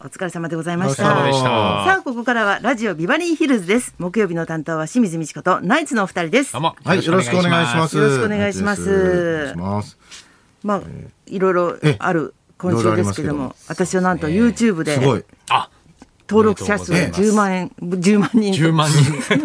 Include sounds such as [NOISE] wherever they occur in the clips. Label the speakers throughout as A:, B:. A: お疲れ様でございました。
B: お疲れ様でした
A: さあ、ここからはラジオビバリーヒルズです。木曜日の担当は清水美智子とナイツのお二人です
B: どう。も、
C: はい、よろしくお願いします。
A: よろしくお願いします
C: お願いします
A: まあ、いろいろある今週ですけども、私はなんと YouTube です
C: ごい。
B: あ、
A: 登録者数
B: おめでとうございます
A: 10万円、10万人。
B: 10万人、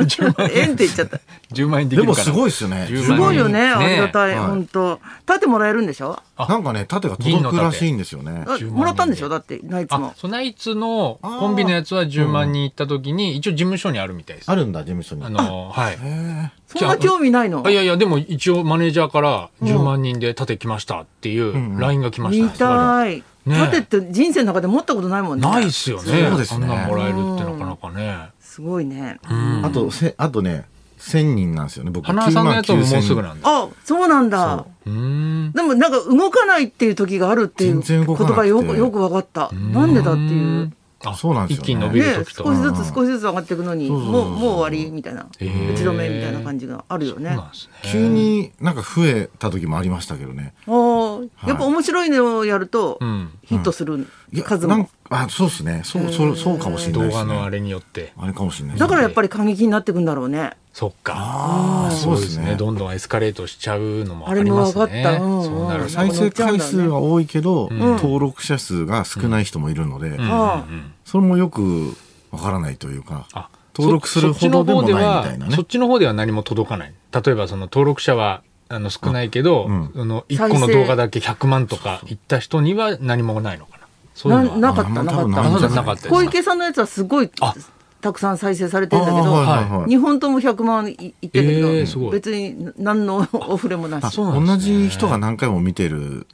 B: 10
A: [LAUGHS]
C: [LAUGHS]
B: 万 [LAUGHS]
A: 円って言っちゃった。
B: 人、10万円でき
C: で
B: るか
C: も
B: な。
C: すごいですよね。
B: 10
A: すごいよね、ありがたい、
C: はい
A: 本当。立てもらえるんでしょ
C: なんかね、盾が届くらしいんですよね。
A: あ
B: 10万人
A: もらったんでしょだって、ナイツ
B: あ
A: も、。
B: そナイツのコンビのやつは10万人行った時に、一応事務所にあるみたいです。
C: あるんだ、事務所に
B: あ。の、はい。
C: へ
A: そんな興味ないの
B: あいやいや、でも一応マネージャーから10万人で盾来ましたっていうラインが来ました。
A: 見たい。
B: ね
A: 立てって人生の中で持ったことないもんね。
B: ないっすよね。
C: そうですね
B: あんなんもらえるってなかなかね。
A: すごいね。
C: ーあと、せ、あとね、千人なんですよね、僕。
B: 花輪さんのやつももうすぐなんだ。
A: あ、そうなんだ。
B: うーん。
A: でもなんか動かないっていう時があるっていう
C: 全然
A: 言
C: 動かなくて
A: 葉よくよく分かった。なんでだっていう。
B: あ、
C: そうなんですよね
B: 一気に伸び
A: ね
B: る時と。
A: 少しずつ少しずつ上がっていくのに、
C: そうそう
A: も
C: そう
A: う
C: そ
A: も
C: う
A: う終わりみたいな、打ち
B: へー
A: 止めみたいな感じがあるよね。
B: そうなん
A: あ
B: ですね。
C: 9000急になんか増えた時もありましたけどね。
A: ーやっぱ面白いのをやると
B: うん
A: ヒットする
C: いや、
A: 数
C: なん
A: も。
C: あ、そうですね。そう、そう、そうかもしれない
B: 動
C: です
B: 画のあ
C: ね。
B: れによって。
C: あれかもしれないです
A: だ
C: ね。
A: からやっぱり過激になっていくんだろうね。
B: そっか。
C: ああ、
B: そ
C: そうう
B: で
C: ですす
B: ね。
C: ね。
B: どんどんエスカレートしちゃうのも
A: あ
B: あ
A: れ
B: り
A: も
B: ま
A: 分
B: す
A: か
B: ね。
A: った。うんうん
B: そうなると。
C: 再生回数は多いけど、登録者数が少ない人もいるので、
B: うんうんうん
C: それもよくわからないというか
B: あ、
C: 登録するほどでもないみたいな
B: そ
C: ね
B: っ。ちの方ではそっちの方では何も届かない。例えばその登録者はあの少ないけど、あ、
C: うん
B: の一個の動画だけ100万とかいった人には何もないのかな。そういうのは
A: な
B: あ
A: かったなかった
C: あんま多分いんじゃい
B: なかったです
A: 小池さんのやつはすごい
B: あ
A: たくさん再生されてんだけ
C: あー
A: ど、
C: はいはいはい
A: 2本とも100万いいってんだけど、
B: えーすごい
A: 別に何のお触れもな
C: あ
A: し。
B: うなんですね
C: 同じ人が何回も見てる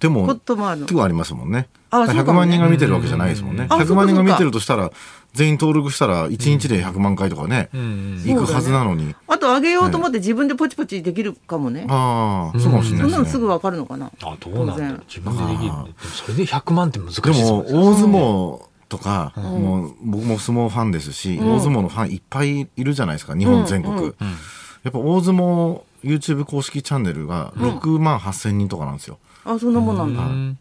C: でも
A: こともあるの
C: 結構ありますもんね
A: あそうかもね
C: 100万人が見てるわけじゃないですもんね
A: あ
C: 100万人が見てるとしたら全員登録したら1日で100万回とかね、
B: ん
C: 行くはずなのに、
A: あと上げようと思って自分でポチポチできるかもね。
C: ああそうかもしれな
A: そ
C: い
A: んなの
C: ですす
A: ぐ
C: ね
A: わかるのかな。
B: あどうなんだろう
A: 当然
B: 自分でできる。でもそれで100万って難しい
C: で
B: ですも
C: も
B: んね
C: 大相撲とか、もう僕も相撲ファンですし、大相撲のファンいっぱいいるじゃないですか日本全国、やっぱ大相撲 YouTube 公式チャンネルが6万8000人とかなんですよ、
A: あ、そんなもんなん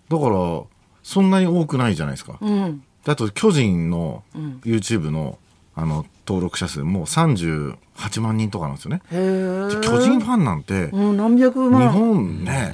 A: だ。
C: だからそんなに多くないじゃないですか、
A: うん。
C: であと巨人の YouTube の,、あの登録者数もう38万人とかなんですよね。
A: へえ。
C: で巨人ファンなんて日
A: うん、何百万。
C: 本ね、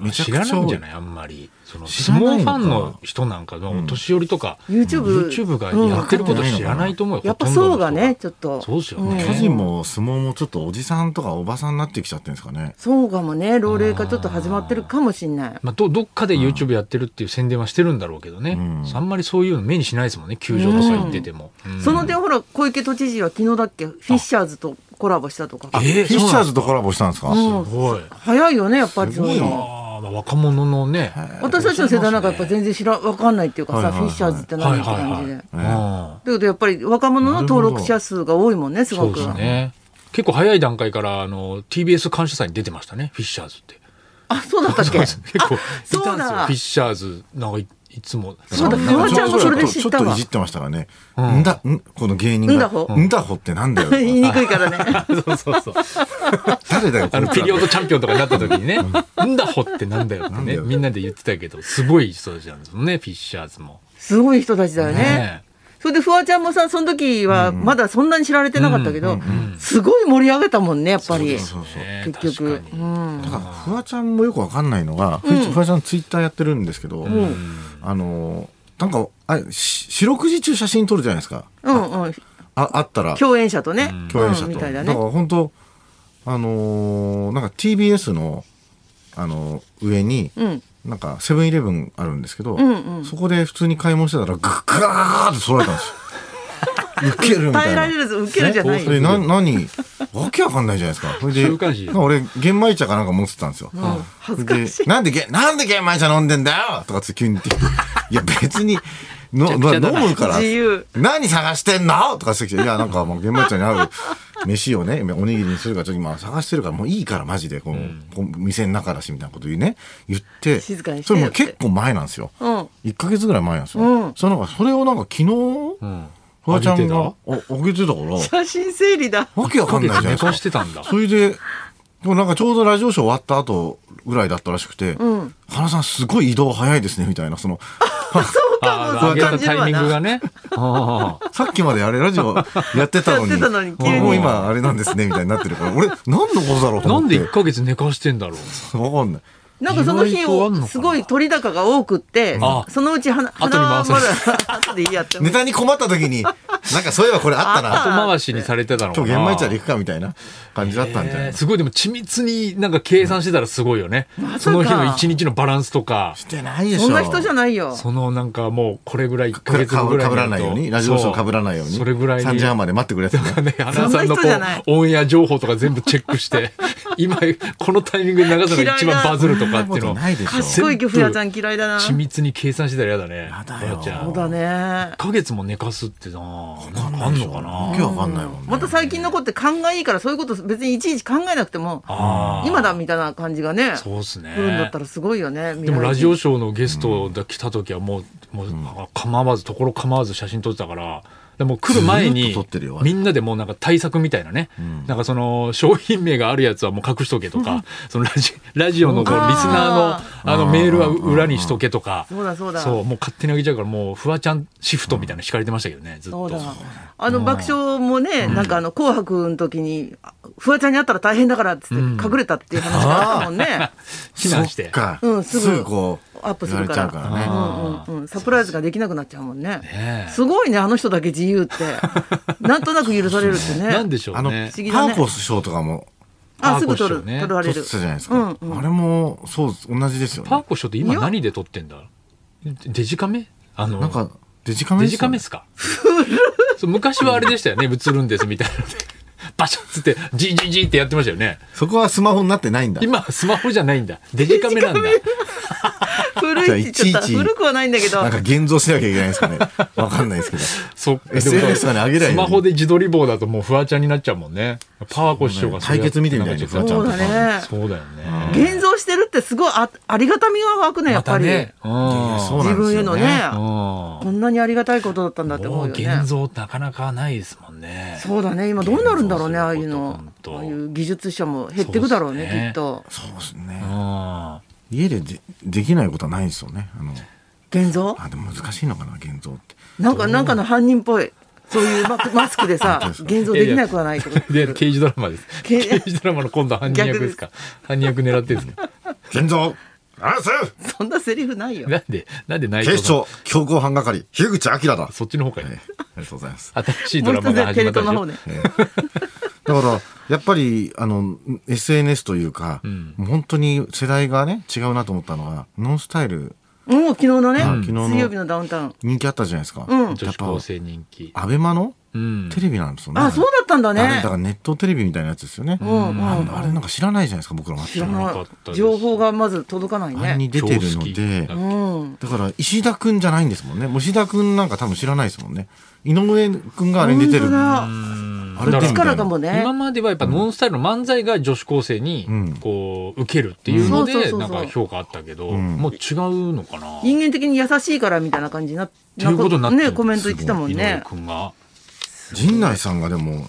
C: めちゃ
B: 知
C: く
B: ら
C: ち
B: ない
C: ゃ
B: ん
C: 多
B: じゃ
C: い
B: ないあんまり。その
C: 知
B: 相
C: らないの
B: 撲フ
C: か
B: ァンの人なんかのお年寄りとか、
A: YouTube
B: YouTube がやってること知らないと思うよ。
A: やっぱ
B: ほと
A: 層
B: んどの人
A: がね、ちょっと。
B: そうですよね。
C: 巨人も相撲もちょっとおじさんとかおばさんになってきちゃってるんですかね。
A: そうかもね、老齢化ちょっと始まってるかもしんない。
B: まあ、どどっかで YouTube やってるっていう宣伝はしてるんだろうけどね、あんまりそういうの目にしないですもんね球場とか行ってても、うん
A: その点ほら、小池都知事は昨日だっけ、フィッシャーズとコラボしたとか。
B: えー
C: フィッシャーズとコラボしたんですか、
A: うん
B: すごい
A: 早いよね、やっぱりそういう
C: すごい
A: の。
B: あー、まあ、若者のね、
A: 私たちの世代なんかやっぱ全然知ら、わかんないっていうかさ、
C: はいはい
A: フィ
C: はい
A: ッシャーズって
B: は
A: 何
B: い
A: って
B: はい
A: 感
B: はい、
A: じで。
B: うん
A: ということで、やっぱり若者の登録者数が多いもんね、す
B: そ
A: ご
B: う
A: く
B: で。すね結構早い段階からあの TBS 感謝祭に出てましたねフィッシャーズって
A: あ、そうだったっけ
B: 結構い
A: そうだ
B: たんですよフィッシャーズなんかいいつも
A: そうだ
B: な
A: フワちゃんもそれで知
C: ち
A: っ
C: ょっと
A: た
C: ちょっとい
A: わ
C: じ。ってましたからね。んだ、んこの芸人が。
A: んだほ
C: んだほってなんだ [LAUGHS] よ。
A: [LAUGHS] 言いにくいからね。
B: そうそうそう
C: 誰だよ、こ
B: あ
C: い
B: の
C: つ
B: ピ
C: ら
B: リオドチャンピオンとかになった時にね「んだほ」ってなんだよって
C: なんだ
B: ね
C: よ
B: みんなで言ってたけどすごい人たちなんですもんねフィッシャーズも。
A: すごい人たちだよね。
B: ね
A: それでフワちゃんもさその時はまだそんなに知られてなかったけど、すごい盛り上げたもんねやっぱり
C: そうそう。
B: ね
A: 結局
B: 確か
A: う
B: に
A: ん
C: だからフワちゃんもよくわかんないのが、ふフワちゃんツイッターやってるんですけど、あのなんかあし四六時中写真撮るじゃないですか
A: うんうん
C: ああったら共
A: 共演者とね、うん、
C: 演者と、
A: みたい
C: だ
A: な
C: か
A: ね
C: ら本当あのーなんか TBS の、あのー上に、
A: うん
C: なんかセブンイレブンあるんですけど、
A: んう
C: そこで普通に買い物してたらグッガーって揃えたん
A: [LAUGHS]
C: ですよウケるみた
A: 耐え
C: い
A: ら
C: な
A: れるぞ受けるじゃないよ、
C: それな何わけわかんないじゃないですか。それで、
B: 週刊誌
C: なんか俺、玄米茶かなんか持ってたんですよ。
A: 恥ずかしい
C: でなんでげ、なんで玄米茶飲んでんだよとかつって急に言ってきて。いや、別に、の、
B: ちゃくちゃだな
C: 飲むから。
A: 自由
C: 何探してんのとかしてきて、いや、なんかもう玄米茶に合う飯をね、おにぎりにするから、ちょっと今探してるから、もういいから、マジで、この、この店の中だし、みたいなこと言うね、言って、
A: 静かにして
C: そ
A: よ
C: れ
A: って
C: もう結構前なんですよ。
A: うん
C: 1ヶ月ぐらい前なんですよ。
A: うん
C: そのなんか、それをなんか昨日、
B: ん
C: フワちゃんが、
B: あ
C: あ、あげてたから。
A: 写真整理だ
C: わけわかんないじゃないですか。
B: 寝かしてたんだ
C: それで、でもなんかちょうどラジオショー終わった後ぐらいだったらしくて、
A: うん
C: 花さんすごい移動早いですね、みたいな、その、 [LAUGHS]
A: そうかも、
B: あ
A: そ
B: あ
A: う
B: 上げ
A: 感
B: た
A: じる
B: タ
A: わ
B: イミング
A: な。
B: がね。ああ
C: さっきまであれラジオやってたのに
A: やってたのに急
B: に
C: もう今あれなんですねみたいになってるから俺何のことだろうと
B: な
C: 思
B: ん
C: っ
B: で
C: て
B: 1ヶ月寝かしてんだろう。
C: 分かんない
A: なんかその
B: 意
A: 日
B: 外とあんのか
A: を
B: な
A: すごい取り高が多くって
B: あ、
A: そのうち花
B: 後に回さ
A: ま
B: れ
A: だ [LAUGHS]
B: る
A: 後でいいやって思
C: ネ
A: う。
C: タに困った時になんかそういえばこれあった
A: あ
C: な
B: 後回しにされてたのか
C: 今日
B: な。
C: 玄米茶で行くかみたいな感じだったんじゃない
B: えーすごいでも緻密になんか計算してたらすごいよね。
A: まさか
B: その日の一日のバランスとか
C: し、てないでしょ
A: そんな人じゃないよ。
B: そのなんかもうこれぐらい1ヶ
C: か
B: 月
C: か
B: 後
C: ぶ
B: ぐらい
C: かぶ
B: に
C: ら
B: な
C: ない
B: ると
C: ようにラジオショーかぶらないように
B: それぐらいに
C: 3時半まで待ってくれとか
B: ね、アナさんの
A: そ
B: こ
A: んな人じゃないう
B: オンエア情報とか全部チェックして、今、このタイミングで流すのが一番バズるとかって
C: そ
B: いうの
C: んなことないでしょ
A: すごいギョフヤちゃん嫌いだな。
B: 緻
A: そ
B: 密に計算してたら嫌だね。
C: やだよ
B: フワちゃん
A: うだね
B: 1。ヶ月も寝かすってなあんのかな
C: わけわかんないもんね
A: また最近の子って勘がいいからそういうこと別にいちいち考えなくても、
B: あー
A: 今だみたいな感じがね、
B: そうですね
A: 来。るんだったらすごいよね。
B: でもラジオ
A: シ
B: ショーのゲストが来た時はもう、もう構わず、ところ構わず写真撮ってたから、でも来る前
C: ずーっ
B: に
C: と撮ってるよ、
B: みんなでもうなんか対策みたいなね、なんかその商品名があるやつはもう隠しとけとか、そのラジラジオのこう
A: あー
B: リスナーのあのメールは裏にしとけとか、
A: そうだそうだ。
B: そう、もう勝手にあげちゃうから、もうフワちゃんシフトみたいなの敷かれてましたけどね、ずっ
A: そう
B: と。
A: だ。あの爆笑もね、なんかあの紅白の時に、あフワちゃんに会ったら大変だからっつって隠れたっていう話があったもんね。
B: 避難して
C: そっか
A: うんす
C: す
A: ぐ
C: ぐこう
A: アップするから
C: やれちゃうからね
B: あ
A: うんうんうんサプライズができなくなっちゃうもんね。
B: ねえ
A: すごいね、あの人だけ自由って。なんとなく許されるってね。
B: なんでしょう
C: あの
B: ね。
A: 不思議
C: パ
A: だ
C: ー
A: ね
C: コスショーとかも
A: あ、すぐ取
B: パー
A: る。
B: コッションね
A: 取ら
C: 撮
A: れ
C: って
A: る
C: た。じゃないです
A: うん
C: か
A: うん
C: あれもそう同じですよ
B: パー
C: ね
B: コショーって今何で撮ってんだデジカメあの、
C: なんかデジカメ
B: デ
C: で
B: ジ
C: す
B: カ
C: よ
B: メ
C: ね
B: ですかそう昔はあれでしたよね。映るんですみたいなので。バシャッつって、ジージージーってやってましたよね。
C: そこはスマホになってないんだ
B: 今、スマホじゃないんだ。デジカメなんだ。
A: 古いって言っちゃっ
C: い
A: た。
C: ちいち
A: 古くはないんだけど
C: な。んか現像しなきゃいけないんですかねわかんないですけど
B: そっか。
C: SNS とかに上げりゃいい
B: ス
C: の
B: マ
C: に
B: ホで自撮り棒だともうフワちゃんになっちゃうもんね。パーコ師匠がそれや
C: 対
B: っ
C: 決見てみたいねフワちゃ
A: そ
C: んと
A: う
C: か
A: だね。
B: そうだよね。
A: 現像してるってすごいあありがたみが湧くね、やっぱり。
B: うん。
C: そ
A: 自
C: うなんで
A: 分
C: す
A: への
C: よ
A: ね
C: ね。
A: こんなにありがたいことだったんだって思
B: も
A: う
B: う
A: よね
B: 現。像なかなかないですもんね。
A: そうだね、今どうなるんだろうね、
B: 現像
A: ああいうの
B: するこ。と
A: ああいう技術者も減ってくだろうね、
B: そうですね
A: きっと。
C: そうです
B: う
C: ね
B: ん。
C: 家ででできないことはないですよねあの
A: 現像
C: あでも難しいのかな現像って
A: なんか、なんかの犯人っぽい。そういう
B: [LAUGHS]
A: ママスクでさ、現像できなくはないってこと。
B: で、刑事ドラマです。
A: 刑
B: 刑事ドラマの今度犯人役ですか。犯人役狙ってるんですか。
C: 現像あせ
A: そんなセリフないよ。
B: [LAUGHS] なんで、なんで内
C: 警
B: 藤
C: 視
B: さん。
C: 庁強行犯係樋口明だ
B: そっちの方かい
C: はい、ありがとうございます。
B: 新しい
A: も
B: ド
A: う
B: ラ
A: 一
B: マ
A: つ
B: が
A: ねテ
B: 始
A: レ
B: ま
A: 東の
B: ったでし
A: 方
B: ょ
A: ね。
C: ええだから、やっぱり、あの、SNS というか、
B: ん
C: もう本当に世代がね、違うなと思ったのが、ノンスタイル、
A: もう昨日のね、
C: うん昨日の
A: 水曜日のダウンタウン。
C: 人気あったじゃないですか。
A: うん
B: 女
C: やっ
B: 子
C: ぱ、
B: 高生人気。
C: アベマの
B: うん。
C: テレビなんですよね。
A: あ、そうだったんだ
C: あれだ
A: ね
C: か。らネットテレビみたいなやつですよね。
A: うんうん
C: あのあれなんか知らないじゃないですか、僕らは。
A: 知ら
B: 知らなか
A: な
B: った
A: い。
B: です
A: 情報がまず届かない
C: あれに
A: ね。
C: 出てるので
B: 常、
A: う
B: 識
A: ん。
C: だから石田くんじゃないんですもんね。もう石田くんなんか多分知らないですもんね。井上くんがあれに出てる。
A: 本当
C: あ
A: だ
B: うん
C: れ出
B: だ
C: て
B: か
A: 力
C: るみたいな
B: ら
A: かもね
B: 今。まではやっぱノンスタイルの漫才が女子高生に
C: うん
B: こう受けるっていうの
A: うんそうそう
B: で
A: そう
B: な
A: そうん
B: か評価あったけど
C: ん
B: もう違うのかな
A: 人間的に優しいからみたいな感じになって
B: いうことになってる
A: ね、コメント言ってたもん
B: 井上
A: ね。
B: 君が
C: 陣内さんがでも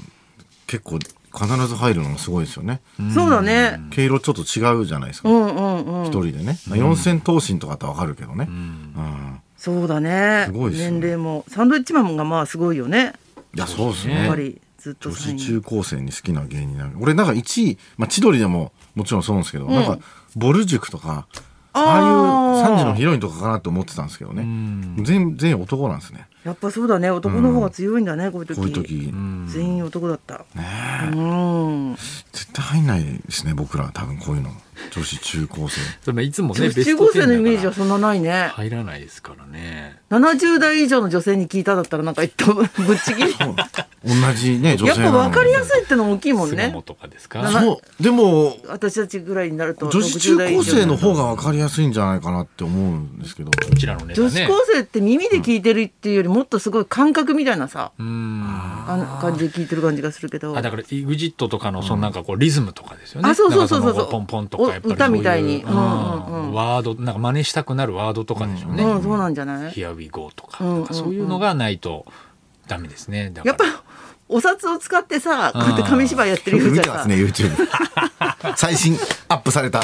C: 結構必ず入るのがすごいですよね。
A: そうだね。
C: 毛色ちょっと違うじゃないです
A: う
C: か。
A: んうんう
C: 一
A: ん。
C: 人でね。四千頭身とかだってわかるけどね
B: う。ん
C: うん。
A: そうだね。
C: すごいっすよね
A: 年齢も。サンドウィッチマンがまあすごいよね。
C: いや、そうです
A: やっぱ
C: ね。
A: りずっと
C: 女
A: 3
C: 子
A: 位。
C: 中高生に好きな芸人なんか俺なんか1位、まあ、千鳥でももちろんそうなんですけど、なんかぼる塾とかああいう3時のヒロインとかかなと思ってたんですけど
B: う
C: ね、
B: ん
C: 全全員男なんですね
A: やっぱそうだね。男の方が強いんだね、こういう時。
C: こういう時、
B: うん
A: 全員男だった。うん。
C: 絶対入んないですね僕ら多分こういうの女子中高生
B: それいつも
A: 女
B: ねベ
A: 子
B: ス
A: 中
B: ト
A: 高
B: 10
A: 生のイメージは
B: だか
A: そんなないね
B: ら。入らないですからね
A: 70代以上の女性に聞いただったらなんか一頭ぶっちぎり。
C: 同じね女
A: やっ
C: 性な
A: ぱ
C: のに
A: 分かりやすいっての大きいもん
B: 巣
A: ね
B: 鴨。とかです
A: な
B: か
C: そうでも
A: 私たちぐらいになると
C: 女子
A: 60
C: 中
A: 代以
C: 高
A: 上
C: 生の方が分かりやすいんじゃないかなって思うんですけど
B: こちらのネタ
A: 女子
B: ね
A: 高生って耳で聞いてるっていうよりもっとすごい感覚みたいなさ、
B: うん
A: あの感じで聞いてる感じがするけど
B: あだから EXIT とかのそのなんかこうリズムとかですよね。
A: あそうそうそうそう
B: なんかのポンポンとかやっぱり
A: お歌みたいに
B: そうう
A: うんうんうん
B: ワードなんか真似したくなるワードとかでしょうね。
A: うんそうなんじゃない
B: Here we go とか,、
A: うんうんうん
B: なんかそういうのがないとダメですね。だか
A: やっ
B: ら
A: ぱお札を使ってさこうやって紙芝居やってる
C: よく
A: よう
C: 見
A: じゃ
C: てま
A: [LAUGHS]
C: す
A: さ、
C: ね YouTube 最新アップされた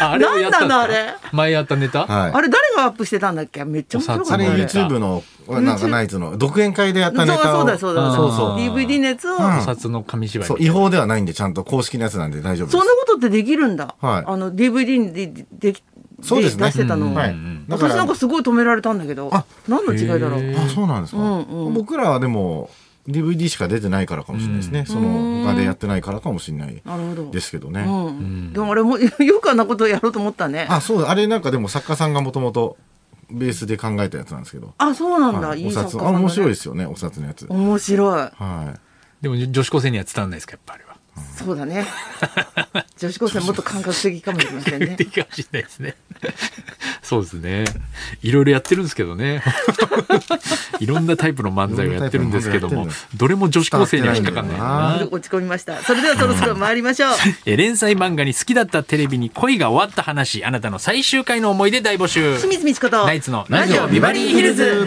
B: ああれをやった
A: 何
B: んですか
A: なのあれ
B: 前やったネタ、
C: はい
A: あれ誰がアップしてたんだっけめっちゃ面白か
C: あ
A: った
C: れ
B: お札
A: ね。
C: YouTube のなんかナイツの独演会でやっ
A: そ
C: た
A: う
C: ネタを
A: そうだそうだ
B: そうそう
A: DVD のやつを、
C: ん
B: お札の紙芝居
C: そう違法ではないんでちゃんと公式のやつなんで大丈夫です
A: そんなことってできるんだ、
C: はい
A: あの DVD でででき
C: そうですね
A: 出してたの、
B: うん
C: はいだ
A: 私
C: から
A: なんかすごい止められたんだけど
C: あ
A: 何の違いだろう、
B: へ
C: あそうなんですか、
A: うんうん
C: 僕らはでも DVD しか出てないからかもしれないですね、その他でやってないからかもしれない
A: なるほど
C: ですけどね、
A: うんでもあれも [LAUGHS] よくあんなことやろうと思ったねあ
C: あそうだあれなんかでも作家さんがもともとベースで考えたやつなんですけど
A: そうなんだ、、
C: はいい
A: い
C: お
A: 作家
C: 札
A: さん
C: あ
A: だね
C: 面白いですよねお札のやつ、
A: 面白い
C: はい
B: でも女子高生には伝わんないですかやっぱあれは。
A: そうだ
B: [LAUGHS]
A: ね女子高生もっと感覚的かもしれません
B: 言っ
A: ね
B: ていいかもしれないですね。そうですね。いろいろやってるんですけどね。 [LAUGHS] いろんなタイプの漫才をやってるんですけど
C: いろ
B: も
C: んなタイ、
B: どれも女子高生には引っかかんないよな。
A: 落ち込みましたそれではそろそろ参りましょう
B: えー連載漫画に好きだったテレビに恋が終わった話、あなたの最終回の思い出大募集。
A: 清水美智子と
B: ナイツのラジオビバリーヒルズ。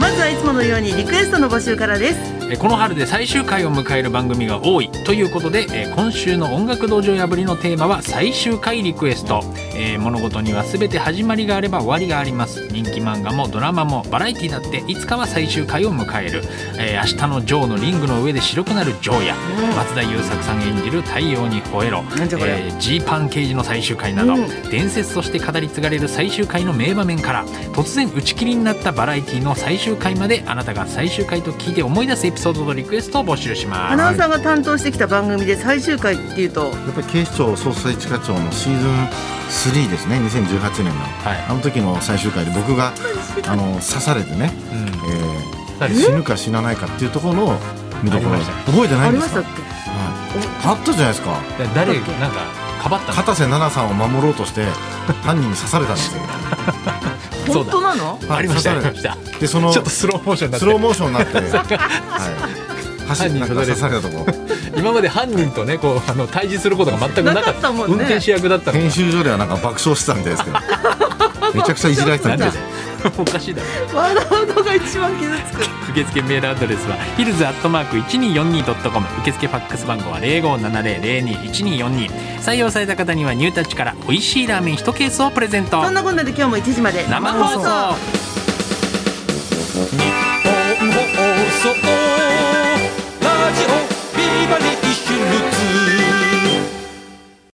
A: まずはいつものようにリクエストの募集からです
B: えーこの春で最終回を迎える番組が多いということで、えー今週の音楽道場破りのテーマは最終回リクエスト、えー物事には全て始まりがあれば終わりがあります人気漫画もドラマもバラエティだっていつかは最終回を迎える、えー明日のジョーのリングの上で白くなるジョーや、松田優作さん演じる太陽に吠えろ
A: なんじゃこりゃ
B: えージーパン刑事の最終回など、
A: うん
B: 伝説として語り継がれる最終回の名場面から突然打ち切りになったバラエティの最終回まであなたが最終回と聞いて思い出すエピソードとリクエストを募集し
A: ア
B: ます
A: ナウンサーが担当してきた番組で最終回っていうと
C: やっぱり警視庁捜査一課長のシーズン3ですね2018年の、
B: い
C: あの時の最終回で
A: [LAUGHS]
C: 僕があの刺されてね、
B: うん
C: えー
B: 誰
C: 死ぬか死なないかっていうところの見どこ
B: あ
C: ろ
B: りましたね
C: 覚えてな
A: あ
C: いん
A: り
C: で
A: ますし
C: か
A: た
C: あ
A: っけ
C: あったじゃないですか
B: だ誰なんかかばったの
C: 片瀬奈々さんを守ろうとして犯人に刺されたんですよ
B: そう
A: 本
B: だ
A: 当なの
B: [LAUGHS] ありましたあ
C: はい
B: りました
C: でその
B: ちょっとスローモーションになっ
C: スロー
B: て
C: モーションになって、
B: [LAUGHS]
C: はい、走りなんか刺されたとこ
B: 今まで犯人とねこうあの対峙することが全くな
A: なか
B: かった
A: ったもんね
B: 運転手役だったのが
C: 編集所ではなんか爆笑してたみたいです
B: [LAUGHS]
C: けどめちゃくちゃいじられてた
B: なんん
C: で
B: ですだよおかしいだろ
A: ワードアウトが一番傷つく
B: 受付メールアドレスはヒルズアットマーク 1242.com 受付ファックス番号は0570021242採用された方にはニュータッチから美味しいラーメン1ケースをプレゼント
A: そんなこんなで今日も1時まで
B: 生放送
D: 日本放送ラジオビバリー